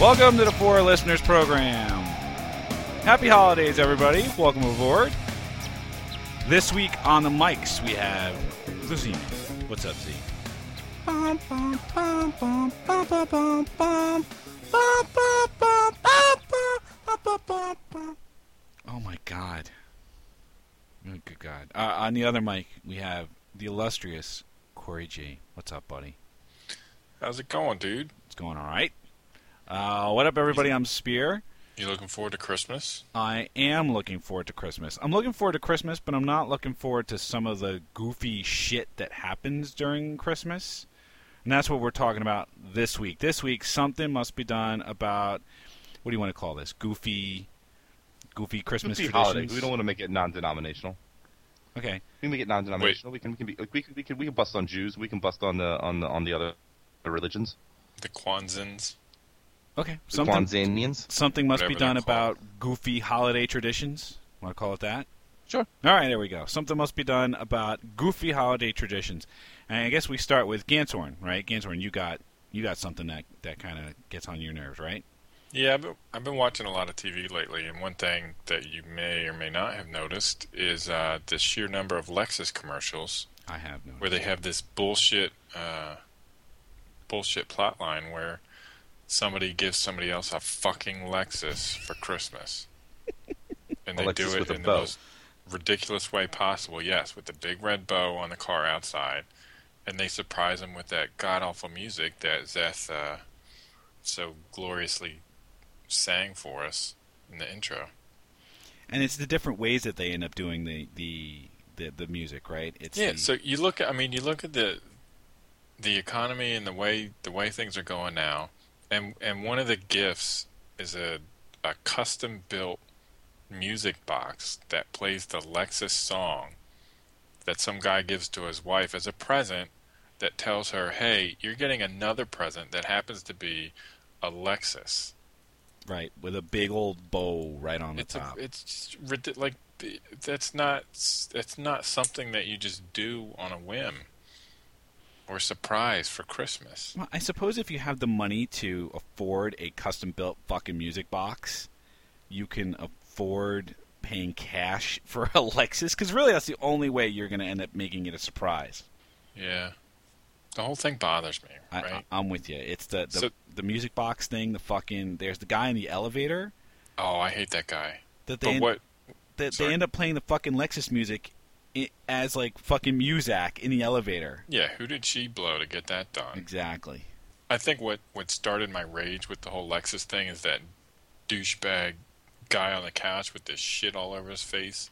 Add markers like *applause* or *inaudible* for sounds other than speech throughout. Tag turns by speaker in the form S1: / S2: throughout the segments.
S1: Welcome to the Four Listeners Program. Happy holidays, everybody. Welcome aboard. This week on the mics, we have Z. What's up, Z? Oh my god. Oh, Good god. Uh, on the other mic, we have the illustrious Corey G. What's up, buddy?
S2: How's it going, dude?
S1: It's going all right. Uh, what up, everybody? I'm Spear.
S2: You looking forward to Christmas?
S1: I am looking forward to Christmas. I'm looking forward to Christmas, but I'm not looking forward to some of the goofy shit that happens during Christmas. And that's what we're talking about this week. This week, something must be done about what do you want to call this? Goofy, goofy Christmas
S3: Goofy
S1: traditions.
S3: holidays. We don't want to make it non-denominational.
S1: Okay,
S3: We can make it non-denominational. We can we can be like, we can, we can we can bust on Jews. We can bust on the on the on the other the religions.
S2: The Kwanzans.
S1: okay.
S3: The
S1: Something,
S3: Kwanzanians.
S1: something must be
S2: Whatever they're
S1: done about goofy holiday traditions. Want to call it that?
S3: Sure.
S1: All right, there we go. Something must be done about goofy holiday traditions, and I guess we start with Ganshorn, right? Ganshorn, you got you got something that that kind of gets on your nerves, right?
S2: Yeah, I've been, I've been watching a lot of TV lately, and one thing that you may or may not have noticed is uh, the sheer number of Lexus commercials
S1: I have no.
S2: where they have this bullshit, uh, bullshit plot line where somebody gives somebody else a fucking Lexus for Christmas,
S3: *laughs*
S2: and they
S3: A Lexus
S2: do it
S3: with a
S2: in the
S3: bow.
S2: most ridiculous way possible. Yes, with the big red bow on the car outside, and they surprise them with that god awful music that Zeth uh, so gloriously sang for us in the intro.
S1: And it's the different ways that they end up doing the the the, the music, right? It's
S2: Yeah,
S1: the-
S2: so you look at I mean you look at the the economy and the way the way things are going now and and one of the gifts is a a custom built music box that plays the Lexus song that some guy gives to his wife as a present that tells her, "Hey, you're getting another present that happens to be a Lexus."
S1: right with a big old bow right on the
S2: it's
S1: top.
S2: A, it's just rid- like the- that's not that's not something that you just do on a whim or surprise for Christmas.
S1: Well, I suppose if you have the money to afford a custom built fucking music box, you can afford paying cash *laughs* for a Lexus because really that's the only way you're going to end up making it a surprise.
S2: Yeah, the whole thing bothers me.
S1: I,
S2: Right?
S1: I, am with you. It's the the,
S2: So-
S1: the music box thing. The fucking there's the guy in the elevator
S2: oh, I hate that guy.
S1: that
S2: But
S1: they end,
S2: what?
S1: that they
S2: sorry.
S1: end up playing the fucking Lexus music i as like fucking Muzak in the elevator.
S2: Yeah, who did she blow to get that done?
S1: Exactly.
S2: I think what what started my rage with the whole Lexus thing is that douchebag guy on the couch with this shit all over his face.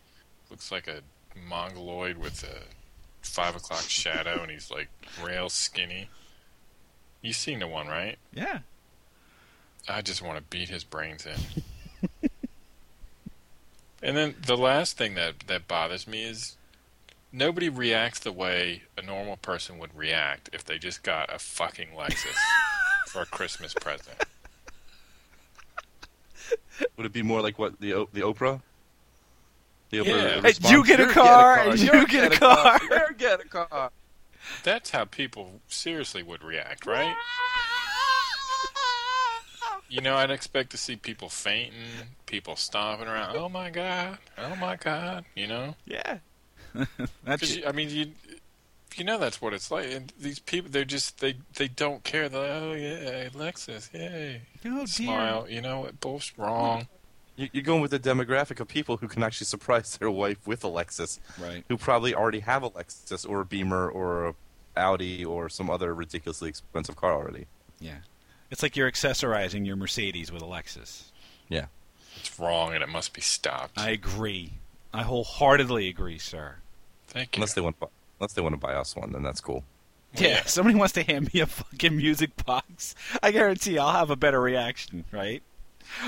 S2: Looks like a mongoloid with a five o'clock shadow, and he's like rail skinny. You seen the one, right? *laughs*
S1: Yeah.
S2: I just want to beat his brains in. and then the last thing that that bothers me is nobody reacts the way a normal person would react if they just got a fucking Lexus for a Christmas present.
S3: Would it be more like what the O- the Oprah? The
S2: Yeah. Hey,
S3: Oprah.
S2: you
S3: response,
S1: get a
S3: "You're
S1: car, and you
S3: You're
S1: get a car."
S3: You're get a car.
S2: That's how people seriously would react, right? You know, I'd expect to see people fainting, people stomping around. Oh my god! Oh my god! You know,
S1: Yeah. *laughs* that's
S2: because I mean, you you know that's what it's like. And these people, they're just they they don't care. They're like, oh yeah, Lexus, yay,
S1: oh, dear.
S2: smile. You know, both wrong.
S3: You- You're going with the demographic of people who can actually surprise their wife with a Lexus,
S1: Right.
S3: who probably already have a Lexus or a Beamer or a Audi or some other ridiculously expensive car already.
S1: Yeah. It's like you're accessorizing your Mercedes with a Lexus.
S3: Yeah.
S2: It's wrong, and it must be stopped.
S1: I agree. I wholeheartedly agree, sir.
S2: Thank you.
S3: Unless they want, unless they want to buy us one, then that's cool.
S1: Yeah, somebody wants to hand me a fucking music box. I guarantee I'll have a better reaction, right?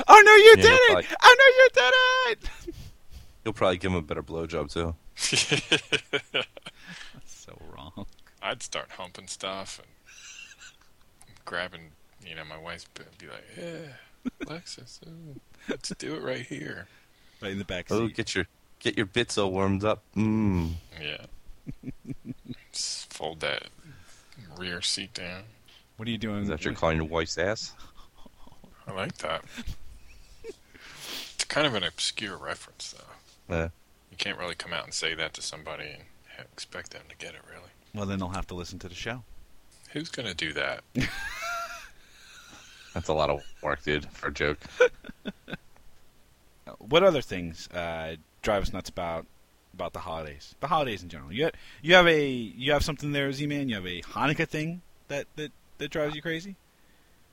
S1: Oh no, you
S3: Yeah,
S1: did it!
S3: like-
S1: Oh no, you did it!
S3: He'll probably give him a better blowjob too.
S1: That's *laughs* so wrong.
S2: I'd start humping stuff and grabbing, you know, my wife's butt and be like, yeah, Lexus, ooh, let's do it right here.
S1: Right in the back
S3: Oh,
S1: seat.
S3: get your get your bits all warmed up. Mmm.
S2: Yeah. Just fold that rear seat down.
S1: What are you doing?
S3: Is that your
S1: with-
S3: calling your wife's ass?
S2: I like that. it's kind of an obscure reference, though.
S3: Yeah.
S2: You can't really come out and say that to somebody and ha- expect them to get it, really.
S1: Well, then they'll have to listen to the show.
S2: Who's going to do that?
S3: That's a lot of work, dude, for a joke.
S1: What other things uh, drive us nuts about about the holidays? The holidays in general. You ha- you have a you have something there, Z man. You have a Hanukkah thing that that that drives you crazy.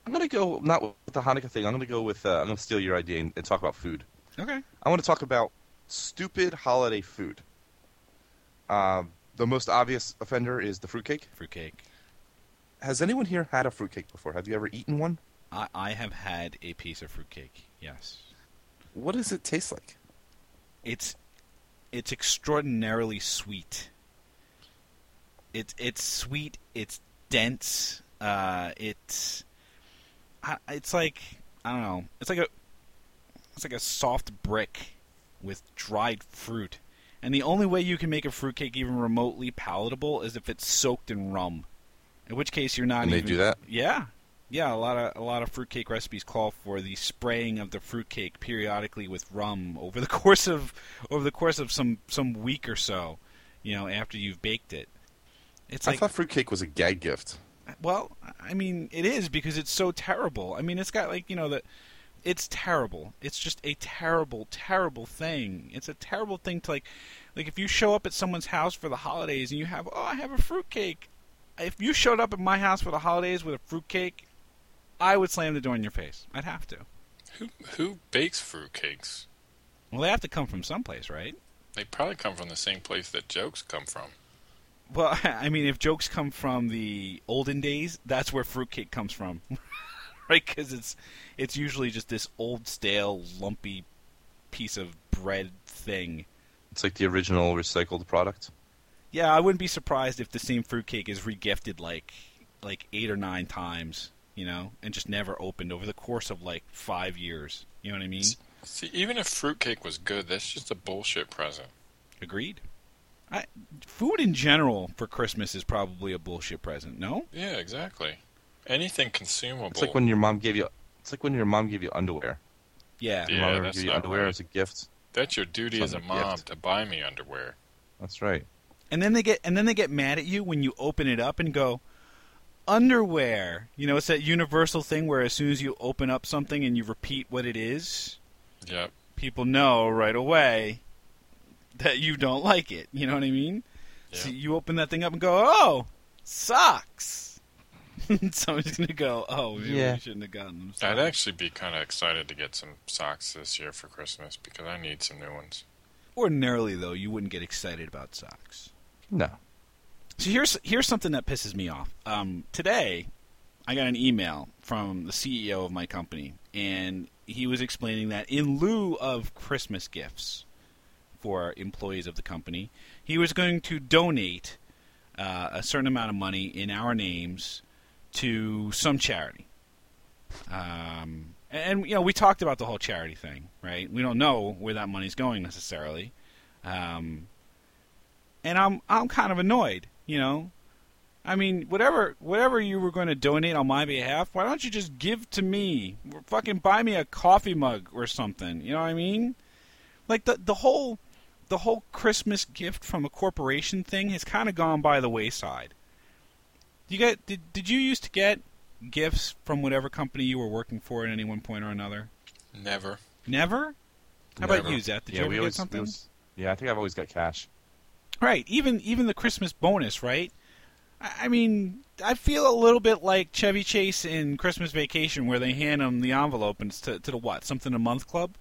S3: I'm gonna go not with the Hanukkah thing. I'm gonna go with uh, I'm gonna steal your idea and, and talk about food.
S1: Okay.
S3: I want to talk about stupid holiday food. Um, the most obvious offender is the fruitcake.
S1: Fruitcake.
S3: Has anyone here had a fruitcake before? Have you ever eaten one?
S1: I I have had a piece of fruitcake. Yes.
S3: What does it taste like?
S1: It's it's extraordinarily sweet. It's it's sweet. It's dense. Uh, it's I- it's like I don't know. It's like a it's like a soft brick with dried fruit. And the only way you can make a fruitcake even remotely palatable is if it's soaked in rum. In which case you're not
S3: And they
S1: even
S3: do that?
S1: Yeah. Yeah, a lot of a lot of fruitcake recipes call for the spraying of the fruitcake periodically with rum over the *laughs* course of over the course of some some week or so, you know, after you've baked it. It's
S3: I
S1: like
S3: thought fruitcake was a gag gift.
S1: well, I mean, it is because it's so terrible. I mean, it's got like you know that it's terrible. It's just a terrible, terrible thing. It's a terrible thing to like, like if you show up at someone's house for the holidays and you have oh I have a fruitcake. If you showed up at my house for the holidays with a fruitcake, I would slam the door in your face. I'd have to.
S2: Who who bakes fruitcakes?
S1: Well, they have to come from someplace, right?
S2: They probably come from the same place that jokes come from.
S1: Well, *laughs* I mean, if jokes come from the olden days, that's where fruitcake comes from, *laughs* right? Because it's it's usually just this old, stale, lumpy piece of bread thing.
S3: It's like the original recycled product.
S1: Yeah, I wouldn't be surprised if the same fruitcake is regifted like like eight or nine times, you know, and just never opened over the course of like five years. You know what I mean?
S2: See, even if fruitcake was good, that's just a bullshit present.
S1: Agreed. I, food in general for Christmas is probably a bullshit present. No,
S2: Yeah, exactly. Anything consumable.
S3: It's like when your mom gave you. It's like when your mom gave you underwear.
S1: yeah,
S3: Your
S2: Yeah,
S3: mom ever
S2: that's
S3: gave you
S2: not
S3: underwear
S2: right.
S3: as a gift.
S2: that's your duty as a
S3: Something gift.
S2: mom to buy me underwear.
S3: That's right.
S1: and then they get and then they get mad at you when you open it up and go underwear you know it's that universal thing where as soon as you open up something and you repeat what it is
S2: Yep.
S1: people know right away that you don't like it you know what i mean so
S2: Yeah.
S1: you open that thing up and go oh socks *laughs* someone's gonna go oh maybe
S3: Yeah.
S1: we shouldn't have gotten them
S2: I'd
S1: socks.
S2: actually be kind of excited to get some socks this year for Christmas because I need some new ones.
S1: ordinarily though you wouldn't get excited about socks
S3: No.
S1: So here's here's something that pisses me off. Um, today, I got an email from the CEO of my company, and he was explaining that in lieu of Christmas gifts for employees of the company, he was going to donate uh, a certain amount of money in our names to some charity. Um, and you know, we talked about the whole charity thing, right? We don't know where that money's going necessarily. Um, and I'm I'm kind of annoyed, you know. I mean, whatever whatever you were going to donate on my behalf, why don't you just give to me? Or Fucking buy me a coffee mug or something. You know what I mean? Like the the whole the whole Christmas gift from a corporation thing has kind of gone by the wayside. You get did did you used to get gifts from whatever company you were working for at any one point or another?
S2: Never.
S1: Never. How about
S3: Never.
S1: you, Zeth? Did
S3: yeah,
S1: you ever
S3: we
S1: get
S3: always, we
S1: something?
S3: always- Yeah, I think I've always got cash.
S1: Right. Even even the Christmas bonus, right? I I mean, I feel a little bit like Chevy Chase in Christmas Vacation, where they hand him the envelope and it's to, to the what something a month club,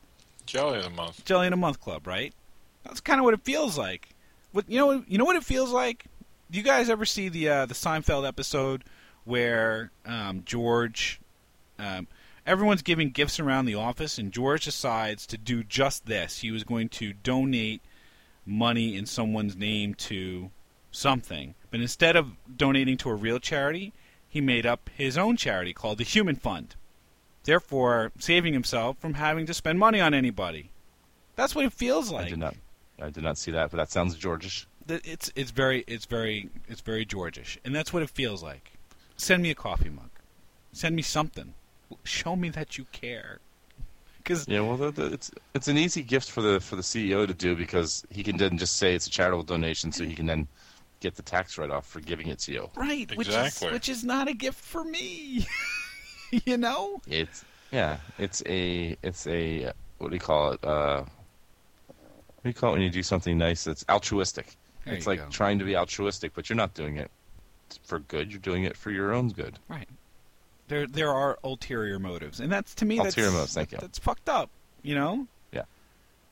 S2: Jelly of the month.
S1: jelly in a month club, right? That's kind of what it feels like. What you know? You know what it feels like? You guys ever see the uh, the Seinfeld episode where um, George, um, everyone's giving gifts around the office, and George decides to do just this. He was going to donate money in someone's name to something, but instead of donating to a real charity, he made up his own charity called the Human Fund. Therefore, saving himself from having to spend money on anybody. That's what it feels like
S3: I did not. I did not see that, but that sounds Georgish.
S1: that it's it's very it's very it's very Georgish, and that's what it feels like. Send me a coffee mug. Send me something. show me that you care. Because
S3: Yeah, well, the, the, it's it's an easy gift for the for the CEO to do because he can then just say it's a charitable donation, so he can then get the tax write off for giving it to you.
S1: right,
S2: Exactly.
S1: which is which is not a gift for me. *laughs* you know,
S3: It's yeah, it's a it's a what do you call it? Uh, what do you call it when you do something nice? That's altruistic.
S1: There
S3: it's
S1: you
S3: like
S1: go.
S3: trying to be altruistic, but you're not doing it for good. You're doing it for your own good.
S1: right. There there are ulterior motives, and that's to me that's
S3: Ulterior motives, thank you.
S1: That's fucked up. You know.
S3: Yeah.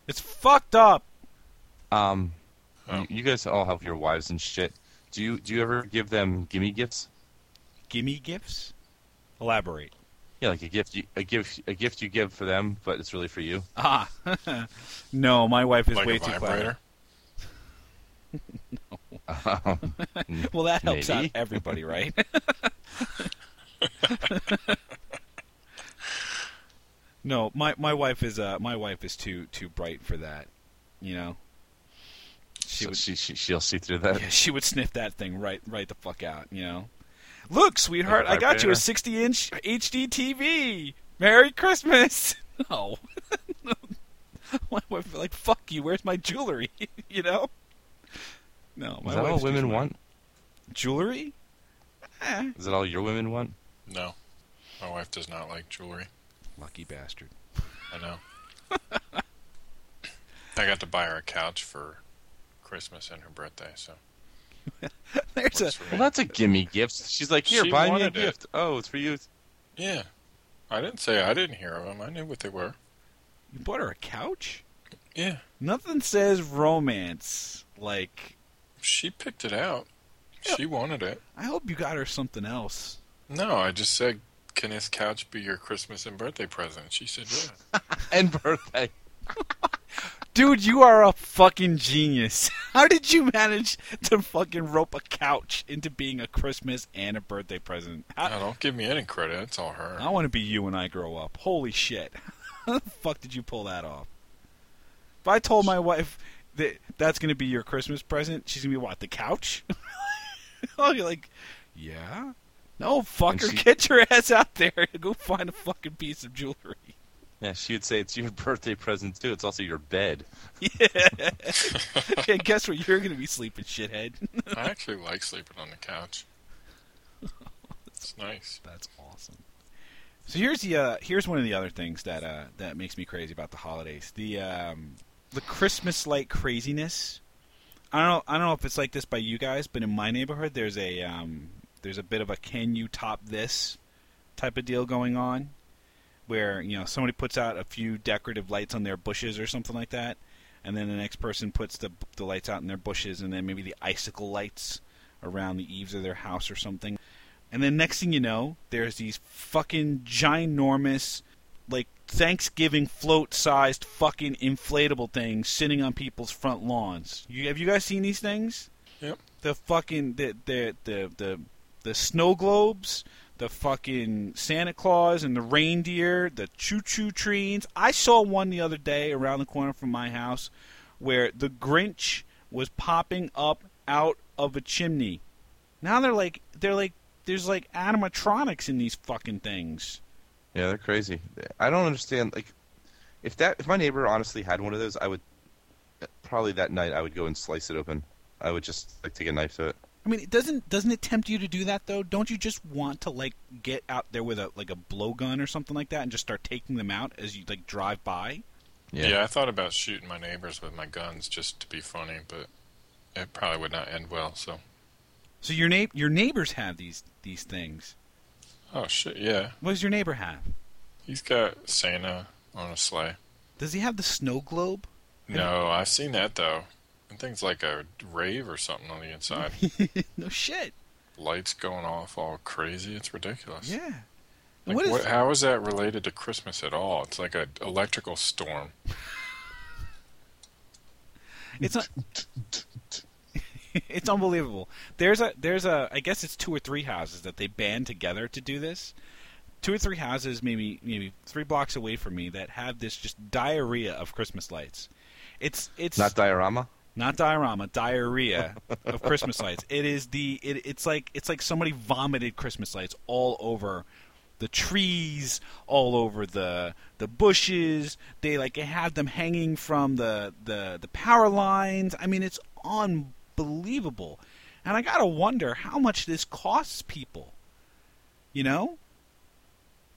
S1: It's fucked up.
S3: Um,
S2: Oh.
S3: you, you guys all have your wives and shit. Do you do you ever give them gimme gifts?
S1: Gimme gifts. Elaborate.
S3: Yeah, like a gift you, a gift a gift you give for them, but it's really for you.
S1: Ah, *laughs* no, my wife is
S2: like
S1: way
S2: a
S1: too
S2: vibrator.
S1: clever. Well, that helps
S3: Maybe.
S1: out everybody,
S3: *laughs*
S1: right? no, my my wife is uh my wife is too too bright for that. You know, she
S3: So
S1: would
S3: she, she she'll see through that.
S1: yeah, she would sniff that thing right right the fuck out. You know, look, sweetheart, I got you a
S3: vibrator.
S1: sixty inch HD TV. Merry Christmas. *laughs* No. My wife would be like, fuck you, where's my jewelry? *laughs* you know? No, my
S3: Is that all
S1: wife's too
S3: women
S1: smart.
S3: want?
S1: Jewelry? Eh.
S3: Is that all your
S1: *laughs*
S3: women want?
S2: No, my wife does not like jewelry.
S1: Lucky bastard.
S2: I
S3: *laughs*
S2: know. I got to buy her a couch for Christmas and her birthday, so
S1: *laughs* There's a
S2: works for
S3: Well,
S2: me.
S3: that's a gimme gift. She's like, here,
S2: She
S3: buy me a
S2: wanted it.
S3: gift. Oh, it's for you.
S2: yeah. I didn't say I didn't hear of them. I knew what they were.
S1: you bought her a couch?
S2: Yeah,
S1: Nothing says romance. Like
S2: she picked it out. She wanted it.
S1: I hope you got her something else.
S2: No, I just said, "Can this couch be your Christmas and birthday present?" She said, "Yeah."
S3: *laughs* And birthday.
S1: Dude, you are a fucking genius. *laughs* How did you manage to fucking rope a couch into being a Christmas and a birthday present? I,
S2: No, don't give me any credit. It's all her.
S1: I want to be you when I grow up. Holy shit. *laughs* How the fuck did you pull that off? If I told my wife that that's going to be your Christmas present, she's going to be what, the couch? *laughs* I'll be like, yeah? No, fucker,
S3: she-
S1: get your ass out there and go find a fucking piece of jewelry. *laughs*
S3: Yeah, she would say it's your birthday present too. It's also your bed.
S1: and guess where you're going to be sleeping, shithead?
S2: I actually like sleeping on the couch. It's nice.
S1: That's awesome. So here's the uh, here's one of the other things that uh, that makes me crazy about the holidays the um, the Christmas light craziness. I don't know, I don't know if it's like this by you guys, but in my neighborhood there's a um, there's a bit of a can you top this type of deal going on, where you know somebody puts out a few decorative lights on their bushes or something like that, and then the next person puts the the lights out in their bushes, and then maybe the icicle lights around the eaves of their house or something. And then next thing you know, there's these fucking ginormous, like Thanksgiving float-sized fucking inflatable things sitting on people's front lawns. You, have you guys seen these things?
S2: Yep.
S1: The fucking the the the the, the snow globes, the fucking Santa Claus and the reindeer, the choo-choo trains. I saw one the other day around the corner from my house, where the Grinch was popping up out of a chimney. Now they're like they're like there's like animatronics in these fucking things.
S3: Yeah, they're crazy. I don't understand. Like, if that if my neighbor honestly had one of those, I would probably that night I would go and slice it open. I would just like take a knife to it.
S1: I mean, it doesn't doesn't it tempt you to do that though? Don't you just want to like get out there with a like a blowgun or something like that and just start taking them out as you like drive by?
S2: Yeah. I thought about shooting my neighbors with my guns just to be funny, but it probably would not end well. So,
S1: So your na- your neighbors have these these things.
S2: oh shit, yeah,
S1: What does your neighbor have?
S2: he's got Santa on a sleigh.
S1: Does he have the snow globe? *laughs*
S2: No, I've seen that though. And things like a rave or something on the inside,
S1: no shit.
S2: lights going off all crazy. It's ridiculous.
S1: Yeah.
S2: Like,
S1: And what is
S2: what- how is that related to Christmas at all? It's like an electrical storm.
S1: it's un- *laughs* it's unbelievable. There's a there's a I guess it's two or three houses that they band together to do this. Two or three houses, maybe maybe three blocks away from me, that have this just diarrhea of Christmas lights. It's it's
S3: Not diorama.
S1: not diorama, diarrhea of Christmas lights. It is the it, it's like it's like somebody vomited Christmas lights all over the trees, all over the the bushes. They like have them hanging from the the the power lines. I mean, it's unbelievable. And I gotta wonder how much this costs people. You know,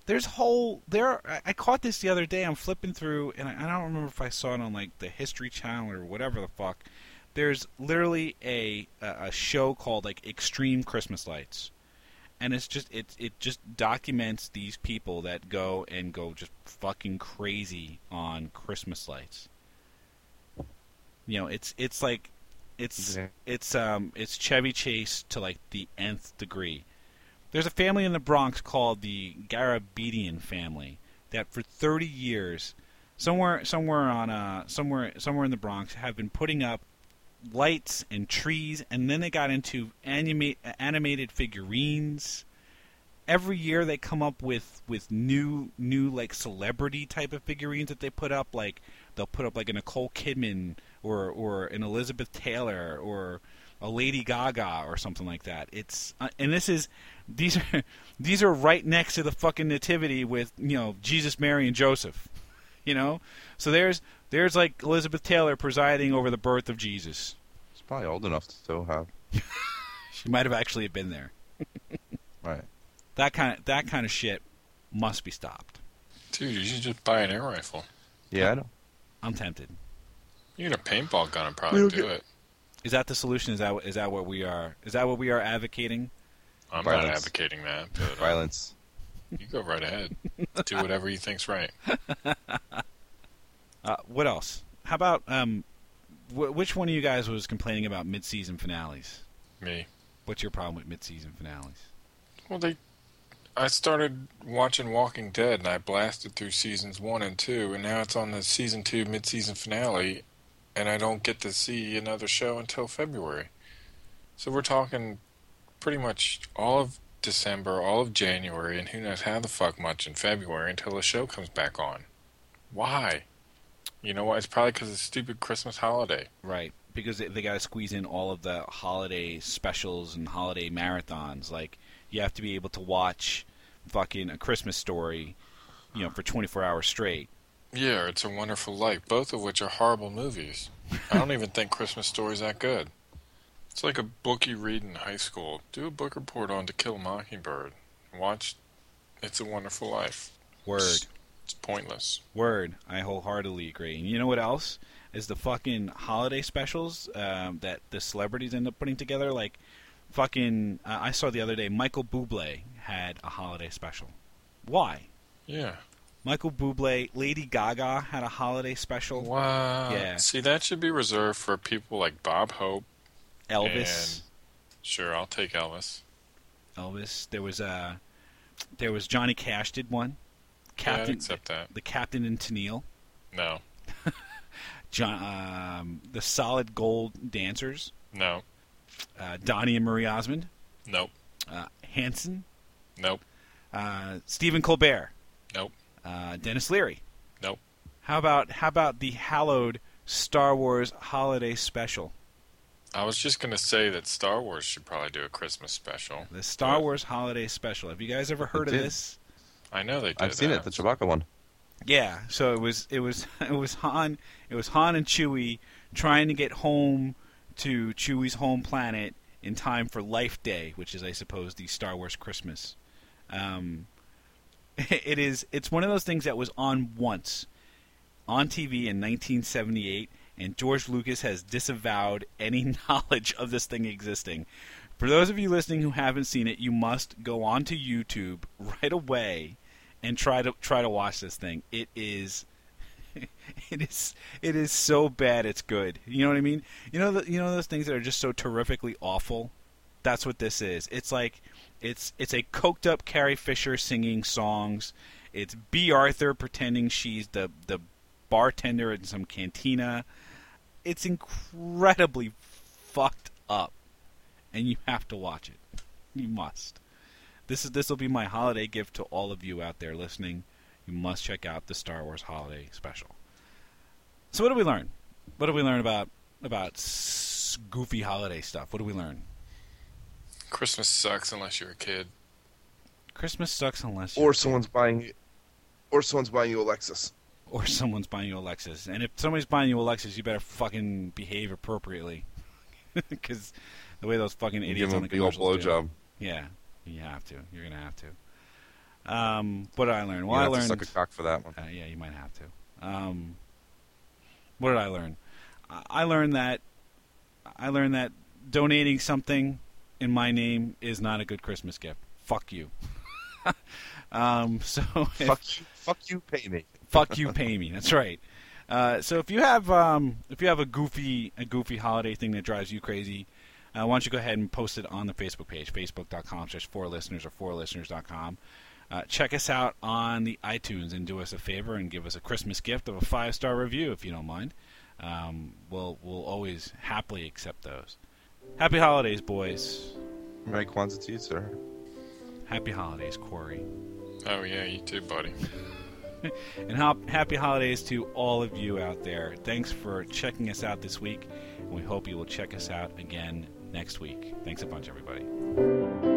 S1: there's whole there. I- I caught this the other day. I'm flipping through, and I, I don't remember if I saw it on like the History Channel or whatever the fuck. There's literally a a, a show called like Extreme Christmas Lights, and it's just it it just documents these people that go and go just fucking crazy on Christmas lights. You know, it's it's like it's
S3: Yeah.
S1: it's um it's Chevy Chase to like the nth degree. There's a family in the Bronx called the Garabedian family that for 30 years, somewhere somewhere on uh somewhere somewhere in the Bronx, have been putting up lights and trees, and then they got into animate, animated figurines. Every year they come up with with new new like celebrity type of figurines that they put up. Like they'll put up like a Nicole Kidman or or an Elizabeth Taylor or a Lady Gaga or something like that. It's uh, and this is these are *laughs* these are right next to the fucking nativity with you know Jesus, Mary, and Joseph. You know, so there's there's like Elizabeth Taylor presiding over the birth of Jesus.
S3: It's probably old enough to still have.
S1: She might have actually been there.
S3: Right.
S1: That kind of, that kind of shit must be stopped.
S2: Dude, you should just buy an air rifle.
S3: Yeah, I know.
S1: I'm tempted.
S2: You get a paintball gun and probably
S3: We'll
S2: do
S3: get-
S2: it.
S1: Is that the solution? Is that is that what we are? Is that what we are advocating?
S2: I'm not
S3: Violence.
S2: advocating that, but uh,
S3: Violence.
S2: you go right
S3: *laughs*
S2: ahead. Do whatever you think's right.
S1: Uh, what else? How about um, wh- which one of you guys was complaining about mid-season finales?
S2: Me.
S1: What's your problem with mid-season finales?
S2: Well, they. I started watching Walking Dead and I blasted through seasons one and two, and now it's on the season two mid-season finale, and I don't get to see another show until February. So we're talking pretty much all of December, all of January, and who knows how the fuck much in February until the show comes back on. Why? You know what? It's probably because it's stupid Christmas holiday.
S1: Right, because they, they got to squeeze in all of the holiday specials and holiday marathons. Like you have to be able to watch fucking a Christmas story, you know, for 24 hours straight.
S2: Yeah, It's a Wonderful Life, both of which are horrible movies. I don't even think Christmas Story's that good. It's like a book you read in high school. Do a book report on To Kill a Mockingbird. Watch It's a Wonderful Life.
S1: Word.
S2: It's pointless.
S1: Word, I wholeheartedly agree. And you know what else is the fucking holiday specials um, that the celebrities end up putting together? Like, fucking, uh, I saw the other day Michael Bublé had a holiday special. Why?
S2: Yeah.
S1: Michael Bublé, Lady Gaga had a holiday special.
S2: Wow.
S1: Oh, Yeah.
S2: See, that should be reserved for people like Bob Hope.
S1: Elvis,
S2: Sure, I'll take Elvis.
S1: Elvis. There was uh, there was Johnny Cash did one.
S2: Yeah, I'd
S1: Captain,
S2: accept that.
S1: the Captain and Tennille.
S2: No.
S1: John, um, the Solid Gold dancers.
S2: No.
S1: Uh, Donnie and Marie Osmond.
S2: Nope.
S1: Uh, Hanson.
S2: Nope.
S1: Uh, Stephen Colbert.
S2: Nope.
S1: Uh, Dennis Leary.
S2: Nope.
S1: How about how about the hallowed Star Wars holiday special?
S2: I was just going to say that Star Wars should probably do a Christmas special.
S1: The Star
S2: What?
S1: Wars holiday special. Have you guys ever heard
S3: It
S1: of
S3: did.
S1: this?
S2: I know they did
S3: I've seen
S2: that.
S3: it, the Chewbacca one.
S1: Yeah. So it was it was *laughs* it was Han it was Han and Chewie trying to get home to Chewie's home planet in time for Life Day, which is I suppose the Star Wars Christmas. Um, *laughs* it is it's one of those things that was on once on TV in 1978 and George Lucas has disavowed any *laughs* knowledge of this thing existing. For those of you listening who haven't seen it, you must go onto YouTube right away and try to try to watch this thing. It is *laughs* it is it is so bad it's good. You know what I mean? You know the, you know those things that are just so terrifically awful. That's what this is. It's like it's it's a coked up Carrie Fisher singing songs. It's B Arthur pretending she's the the bartender in some cantina. It's incredibly fucked up and you have to watch it. You must. This is this will be my holiday gift to all of you out there listening. You must check out the Star Wars holiday special. So what did we learn? What did we learn about about s- goofy holiday stuff? What did we learn?
S2: Christmas sucks unless you're a kid.
S1: Christmas sucks unless
S3: Or someone's buying, or someone's buying you a Lexus.
S1: or someone's buying you a Lexus. And if somebody's buying you a Lexus, you better fucking behave appropriately, *laughs* because the way those fucking
S3: You
S1: idiots
S3: give
S1: on
S3: them
S1: the
S3: a big old
S1: commercials do it.
S3: blowjob.
S1: Yeah, you have to. You're gonna have to. Um, what did I learn? Well,
S3: you
S1: I
S3: have
S1: learned.
S3: to suck a cock for that *laughs* one.
S1: Uh, yeah, you might have to. Um, what did I learn? I- I learned that I learned that donating something in my name is not a good Christmas gift. Fuck you. *laughs* um, so *laughs* if-
S3: fuck you, fuck you, pay me.
S1: fuck you, pay me. That's right. Uh, so if you have um, if you have a goofy a goofy holiday thing that drives you crazy, uh, why don't you go ahead and post it on the Facebook page, facebook.com slash four listeners or four listeners.com. Uh, check us out on the iTunes and do us a favor and give us a Christmas gift of a five star review if you don't mind. Um, we'll we'll always happily accept those. Happy holidays, boys.
S3: Merry Kwanzaa to you, sir.
S1: Happy holidays, Corey.
S2: Oh yeah, you too, buddy.
S1: And hop- happy holidays to all of you out there. Thanks for checking us out this week, and we hope you will check us out again next week. Thanks a bunch, everybody.